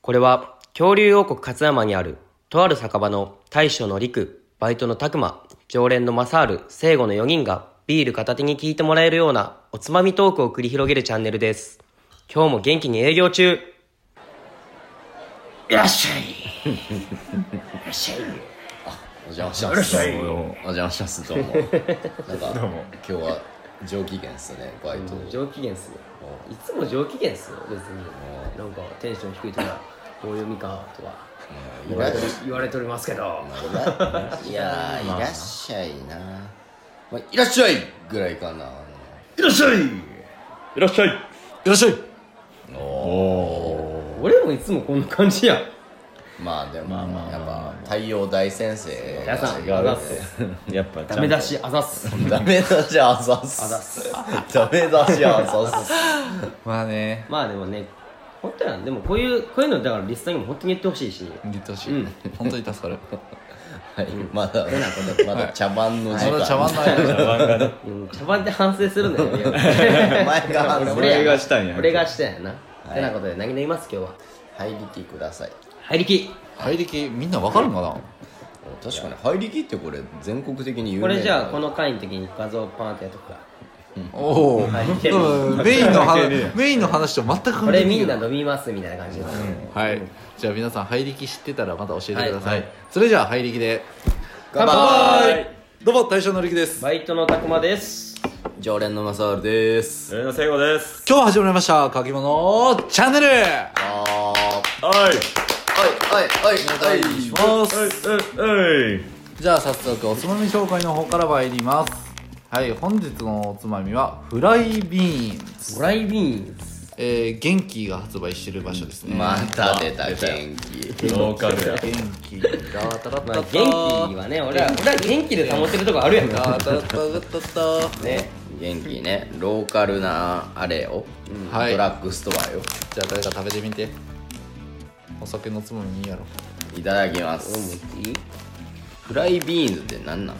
これは恐竜王国勝山にあるとある酒場の大将の陸、バイトの拓磨、常連の正ル、聖護の4人がビール片手に聞いてもらえるようなおつまみトークを繰り広げるチャンネルです。今日も元気に営業中いらっしゃい。いらっしゃい。お邪魔します。いらっしゃいどうもお邪魔します。どうも。なんか、どうも今日は上機嫌っすね、バイト。上機嫌っすよ。いつも上機嫌っすよ、別に。なんかテンション低いとか、棒読みかとかいらっし言われておりますけど。ゃい。いやー、いらっしゃいな。まあ、いらっしゃいぐらいかな。いらっしゃい。いらっしゃい。いらっしゃい。俺もいつもこんな感じやん。まあ、でも、やっぱ、太陽大先生皆さん、があざっねす。やっぱダメ出し、あざっす。ダメ出しあざっす。あざっすダメ出しあざっす。まあね、まあでもね、本当やん。でもこういう、こういうの、だからリストにも本当に言ってほしいし。言ってほしういん。本当に助かる。はい、まだ、まだ茶番のま時間。だ茶碗ないから。うん、茶番で反省するんだよおね。前が反省俺がしたんや俺がしたんやな。いてなことで何々言います今日は。入りきください。入りき。入りき、みんなわかるんかな確かに入りきってこれ全国的に有名これじゃあなこの回の時に画像パンってやっとくか。おお、入りきうんメインの話、メインの話と全くこ関係れなみいんな。飲みますみたいな感じで。ははい。じゃあ皆さん、入りき知ってたらまた教えてくだはさいい。それじゃあ、入りきで。乾杯はい。どうも、大将のりきです。バイトのたくまです。常連のマサールです俺の聖子です。今日始まりました、かきものチャンネルああはい。はいはいはいはいします。はい。はい。じゃあ早速おつまみ紹介の方から参りますはい本日のおつまみはフライビーンズ、フライビーンズ。えー、元気が発売してる場所ですねまた出た元気ローカルや。元気がたらまたあた元気はね、俺ら俺ら元気で保ってるとこあるやんがか。たらたがたたね。元気ねローカルなあれよはいドラッグストアよじゃあ誰か食べてみてお酒のつまみいいやろいただきますフライビーンズって何なん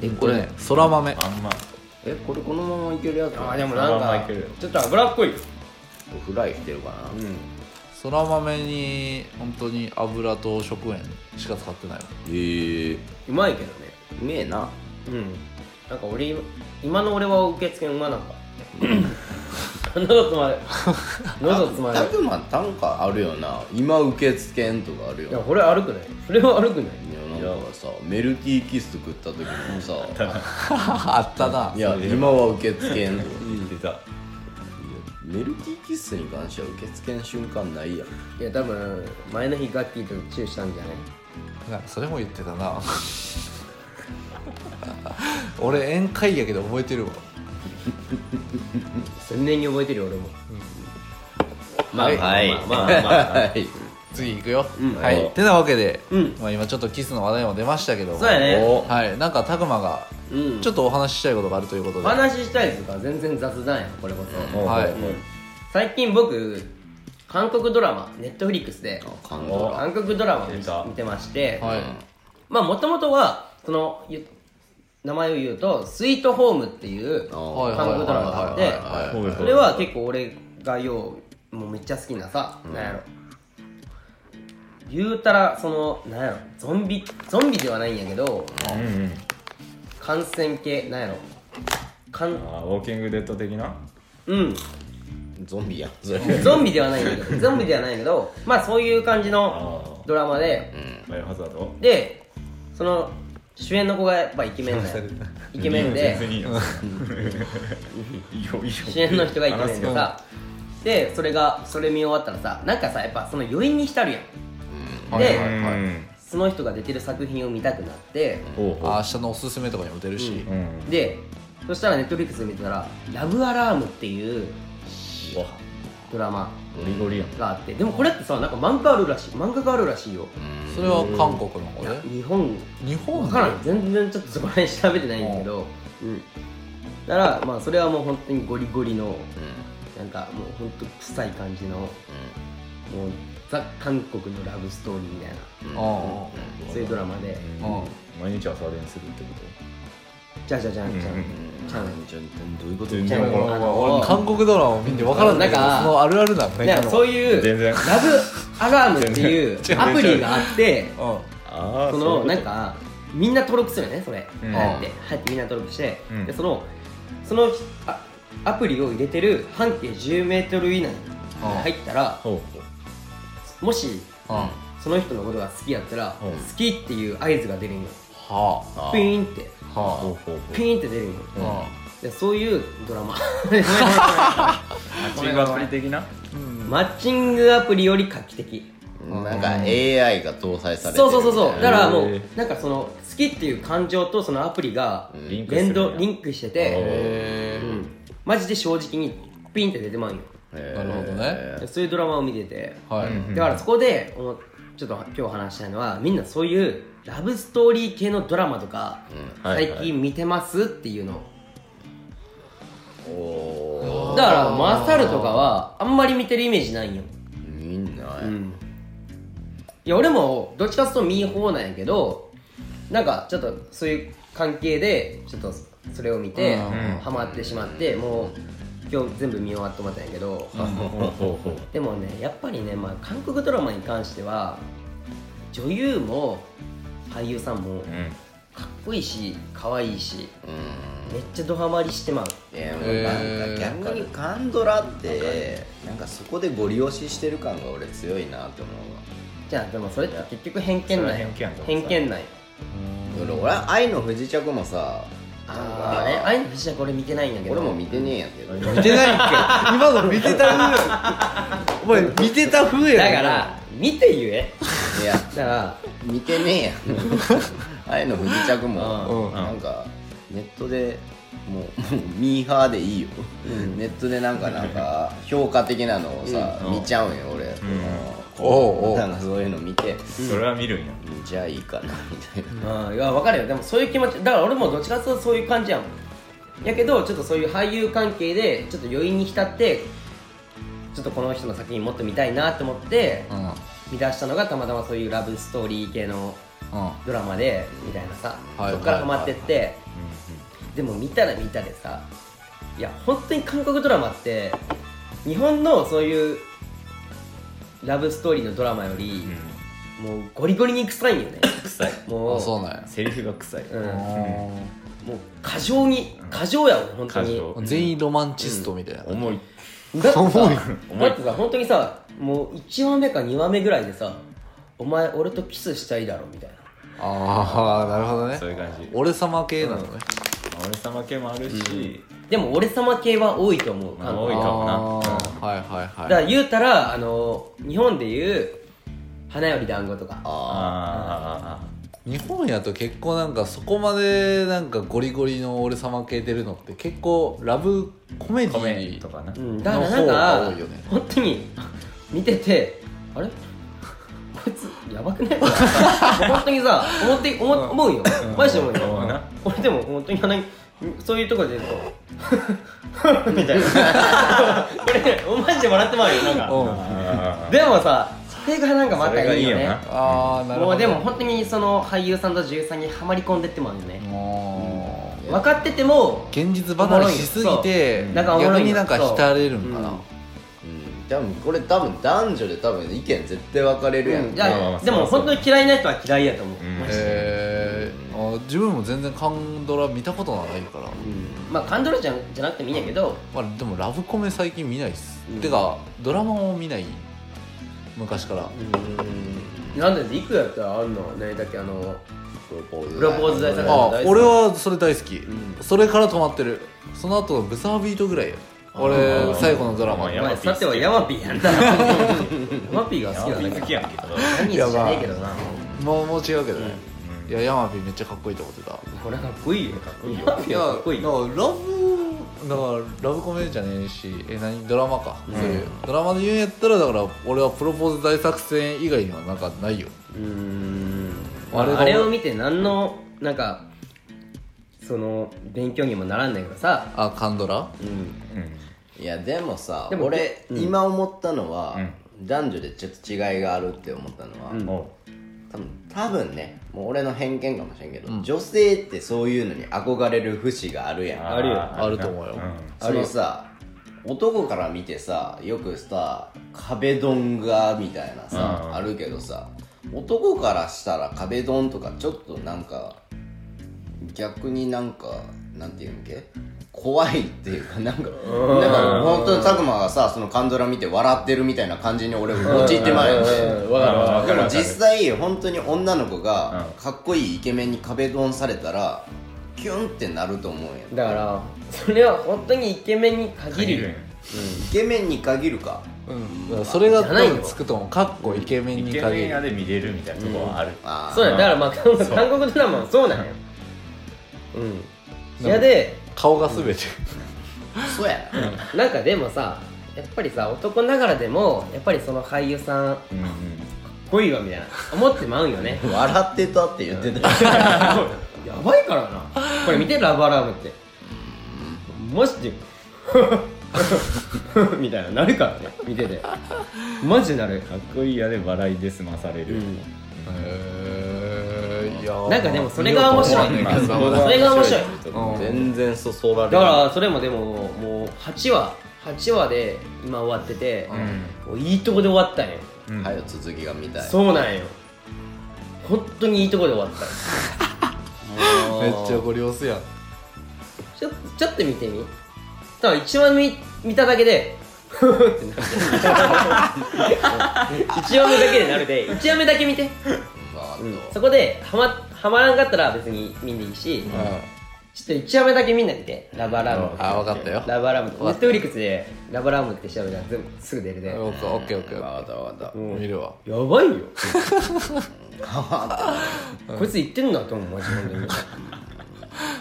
えこれねそら豆あんま。えこれこのままいけるやつあーでもなんまあまあかいけるよちょっと脂っこい。フライしてるかなそら豆に本当に油と食塩しか使ってないわへえううまいけどね。めえなうんなんか俺今の俺は受付の馬なん か喉詰まる喉詰ま たるくま単価あるよな今受付んとかあるよいやなこれ歩くないそれは歩くないいやなんかさメルティーキッス食った時も さあったないや今は受付んとか出た。メルティーキッスに関しては受付の瞬間ないやんいや多分前の日ガッキーとチューしたんじゃないなんかそれも言ってたな 俺宴会やけど覚えてるわ鮮明に覚えてるよ俺も、まあはいまあまあまあ、まあはい次行くよ、んはいてなわけで、うんまあ、今ちょっとキスの話題も出ましたけどもそうやねおはいなんか拓磨がうんちょっとお話ししたいことがあるということおで、話ししたいですが全然雑談やこれこそ、はい最近僕韓国ドラマネットフリックスで感動韓国ドラマを見出た見てまして、はいまあもともとはそのゆ名前を言うと「スイートホーム」っていうはい韓国ドラマがあってはいはいはいそれは結構俺がようもうめっちゃ好きなさ、なんやろ言うたらそのなんやろゾンビゾンビではないんやけどうんうん。感染系なんやろかんあーウォーキングデッド的な。うんゾンビやんそれゾンビではないんだけどゾンビではないんだけどまあそういう感じのあドラマであ。バイオハザード。でその主演の子がやっぱイケメンだよイケメンで全然いいよ。いいよいいよ。主演の人がイケメンでさでそれがそれ見終わったらさなんかさやっぱその余韻に浸るやんはいではいはいうん。その人が出てる作品を見たくなっておうあ明日のおすすめとかにも出るし、うん。でそしたらネットフリックスで見てたら「ラブアラーム」っていううわ。ドラマゴリゴリやん。があってでもこれってさなんか漫画あるらしい漫画があるらしいよそれは韓国の方いやで日本日本わでからん全然ちょっとそこら辺調べてないんだけどうんだからまあそれはもう本当にゴリゴリのなんかもう本当臭い感じのもうザ・韓国のラブストーリーみたいなああそういうドラマでうん毎日朝練するってこじゃんじゃんじゃんじゃんじゃんじゃあどういうこと全じ然ゃあわからんあ俺の韓国ドラマを見て分からんだけどなんかそのあるあるなのねだからそういう全然ラブアラームっていう全然アプリがあ ってうんうんああそのなんかみんな登録するよねそれうん入って入ってみんな登録してうんでそのそのあアプリを入れてる半径 10m 以内に入ったらほもしはその人のことが好きやったら「うん好き」っていう合図が出るんよああピーンってほうはほうピーンって出るんよあはでそういうド ラママッチングアプリ的なマッチングアプリより画期的なんか AI が搭載されてそうそうそうそうだからもへうーなんかその好きっていう感情とそのアプリがうんリンクする連んや動リンクしててへうえんマジで正直にピンって出てまうんよななるほどねでそういうドラマを見ててはいうんだからそこでおもちょっと今日話したいのはみんなそういうラブストーリー系のドラマとかうんはい最近見てますっていうのおおだからマサルとかはあんまり見てるイメージないんよみんなうんいや俺もどっちかっていうと見ーなんやけどなんかちょっとそういう関係でちょっとそれを見てうんハマってしまってもう今日全部見終わって思ったんやけどほうほうほうでもねやっぱりね、まあ、韓国ドラマに関しては女優も俳優さんもうんかっこいいし可愛いしうんめっちゃドハマりしてまうでもえーなんか逆にカンドラってなんかそこでご利用ししてる感が俺強いなと思うじゃあでもそれって結局偏見なんよそれは偏見やと思う偏見なんよわ俺俺は愛の不時着もさああえあいの不死者これ見てないんやけど俺も見てねえんやけど見 てないんかい今の見てた風お前見てた風やだろから見て言 えいやだから見て ねえやん愛の不時着もうんなんかネットでも うもうミーハーでいいよネットでなんかなんか評価的なのをさうん見ちゃうんよ俺おうおうなんかそういうの見てそれは見るんやじゃあいいかなみたいなまあいや分かるよでもそういう気持ちだから俺もどっちかっていうとそういう感じやもんやけどちょっとそういう俳優関係でちょっと余韻に浸ってちょっとこの人の作品もっと見たいなと思ってうん見出したのがたまたまそういうラブストーリー系のうんドラマでみたいなさ、はいそっからハマってって、でも見たら見たでさいや本当に韓国ドラマって日本のそういうラブストーリーのドラマより、うんもうゴリゴリに臭いんよね臭いもうあそうなんやセリフが臭いうんあもーう過剰に過剰やもん本当に過剰全員ロマンチストみたいな、重いだってさ重いだってさ本当にさもう1話目か2話目ぐらいでさ「お前俺とキスしたいだろ」みたいなああなるほどねそういう感じ俺様系なのね、俺様系もあるしでも俺様系は多いと思うまあ韓多国いかもあなーはいはいはいだから言うたらあの日本で言う「花より団子」とかああー日本やと結構なんかそこまでなんかゴリゴリの俺様系出るのって結構ラブコメデコメィとかなうんだからなんかの方が多いよね本当に見ててあれ こいつやばくない 本当にさ思って思う思うよマジで思う思うよな俺でも本当にあのそういうとこでこうみた いなこれマジで笑ってまうよなんかうんあでもさそれがなんかまたいいよそれがいいよねなあーなるほもどうでも本当にその俳優さんと女優さんにはまり込んでってもあるよねもう分かってても現実離れしすぎおてもろいよそうなんかおもろいよ逆になんか浸れるんかなそううん多分これ多分男女で多分意見絶対分かれるやんいまあまあまやあでもそうそう本当に嫌いな人は嫌いやと思う、うんマジでへえー、あ自分も全然韓ドラ見たことがないから、まあカンドラじゃんじゃなくてもいいんやけどまあ、でもラブコメ最近見ないっす、うんてかドラマも見ない昔から、なんでいくやったらあんのねだけあのプロポーズプロポーズ大作あ大好き俺はそれ大好き、んそれから止まってるその後ブザービートぐらいよ俺ー最後のドラマあおー前ヤマピーさてはヤマピーや んなヤマピーがー好き好なんだき好きけどやんけど何じゃねえけどなもうもう違うけどね、いやヤマピーめっちゃかっこいいと思ってたこれかっこいいよかっこいいよヤマピいーやはかっこいいだよからラブだからラブコメじゃねえしえ何ドラマか、そういうドラマで言うんやったらだから俺はプロポーズ大作戦以外にはなんかないようーんあれがあれを見て何のなんかその勉強にもならんだけどさあカンドラうんいやでもさでも俺うん今思ったのはうん男女でちょっと違いがあるって思ったのはうんおう多分多分ねもう俺の偏見かもしれんけど、うん女性ってそういうのに憧れる節があるやんあるよーあると思うよそのさ男から見てさよくさ壁ドンがみたいなさ、うんあるけどさ男からしたら壁ドンとかちょっとなんか逆になんかなんていうんっけ怖いっていうかなんかなんか本当に佐久間がさそのカンドラ見て笑ってるみたいな感じに俺陥ってまいよねうんわかるわかうんるでもわかる実際本当に女の子がうかっこいいイケメンに壁ドンされたらキュンってなると思うんやだからそれは本当にイケメンに限るよイケメンに限るかうんだからそれがじゃないよ多分つくと思うかっこイケメンイにケ限メンるやで見れるみたいなとこはあるあそうだよだからまあ韓そう韓国ドラマはそうなんようんいやで顔が全てそうやななんかでもさやっぱりさ男ながらでもやっぱりその俳優さんうんうん濃いわみたいな思ってまうんよね笑ってたって言ってた やばいからなこれ見てラブアラームってマジで みたいななるからね見ててマジでなるかっこいいやで笑いで済まされるへーいやーなんかでもそれが面白い見よう と思わないそれが面白いうん全然そそられだからそれもでももう8話8話で今終わってて、もういいとこで終わったんようんはよ続きが見たいそうなんよ本当にいいとこで終わったもうめっちゃごり押すやんちょちょっと見てみただ1話見見ただけでふふってなる1話目だけでなるで1話目だけ見てバーッとそこでハマハマらんかったら別に見んでいいし、うんちょっと1話目だけみんな見てラバーラームあ分かったよラバーラームネットフリックスでラバーラームって調べたら全部すぐ出るで、オッケーオッケーオッケーわかったわかった見るわやばいよ こいつ言ってんだと思うマジで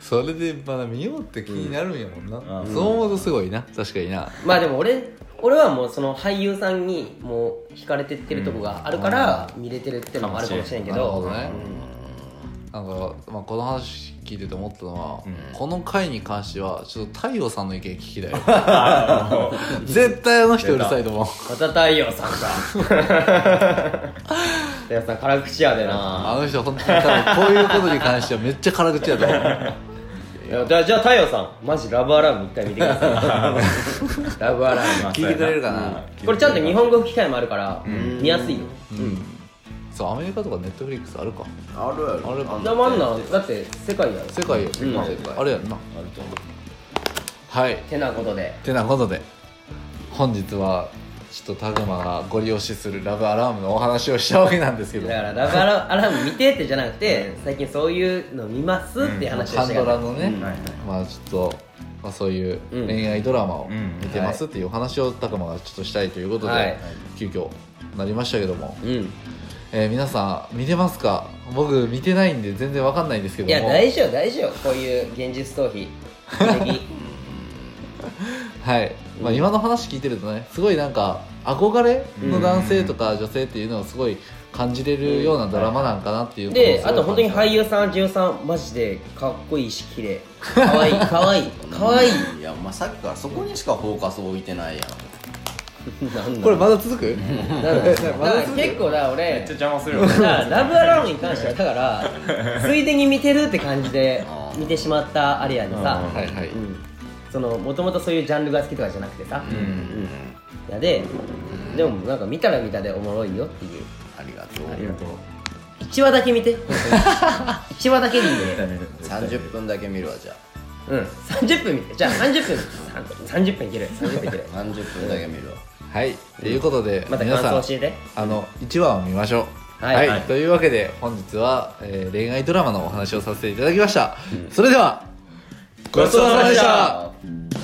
それでまだ見ようって気になるんやもんな、そう思うとすごいな確かになまあでも俺俺はもうその俳優さんにもう惹かれてってるとこがあるから見れてるってのもあるかもしれんけなるほどどね、なんか、まあ、この話聞いてて思ったのは、この回に関してはちょっと太陽さんの意見聞きたい 絶対あの人うるさいと思うまた太陽さんが 太陽さん辛口やでなあの人本当に多分こういうことに関してはめっちゃ辛口やと思 ういやじゃあじゃあ太陽さんマジラブアラーム一回見てください ラブアラーム聞いてくれるかなこれちゃんと日本語吹き替えもあるから見やすいよそうアメリカとかネットフリックスあるかあるあるかだまんなだって世界やろ世界よ、まああれやんなはいてなことでてなことで本日はちょっとタグマがご利用しするラブアラームのお話をしたわけなんですけどだからラブアラアラーム見てってじゃなくて最近そういうの見ますって話をハしンてドかラらのね、はいはいまあちょっと、まあ、そういう恋愛ドラマをうん見てますっていうお話をたくまがちょっとしたいということで、はい急遽なりましたけども、うんえー皆さん見てますか僕見てないんで全然わかんないんですけどいやも大丈夫大丈夫こういう現実逃避はい、まあ、今の話聞いてるとねすごいなんか憧れの男性とか女性っていうのをすごい感じれるようなドラマなんかなっていうのをですごいあと本当に感俳じ優さん女優さんマジでかっこいいし綺麗かわいいかわいいかわいいいやまあさっきからそこにしかフォーカス置いてないやんたこれまだ続くだからだから結構だ俺めっちゃ邪魔す るよねだからラブアラームに関してはだからついでに見てるって感じで見てしまったあれやでさ はいはい、うんそのもともとそういうジャンルが好きとかじゃなくてさ、やででもなんか見たら見たでおもろいよっていうありがとう1話だけ見て1話だけでいいんでね30分だけ見るわじゃあうん30分見てじゃあ30分さん30分いける30分いける30分だけ見るわはい、ということで、また皆さ感ん想教えてあの1話を見ましょうはいはいというわけで本日は、えー恋愛ドラマのお話をさせていただきました、それではごちそうさまでした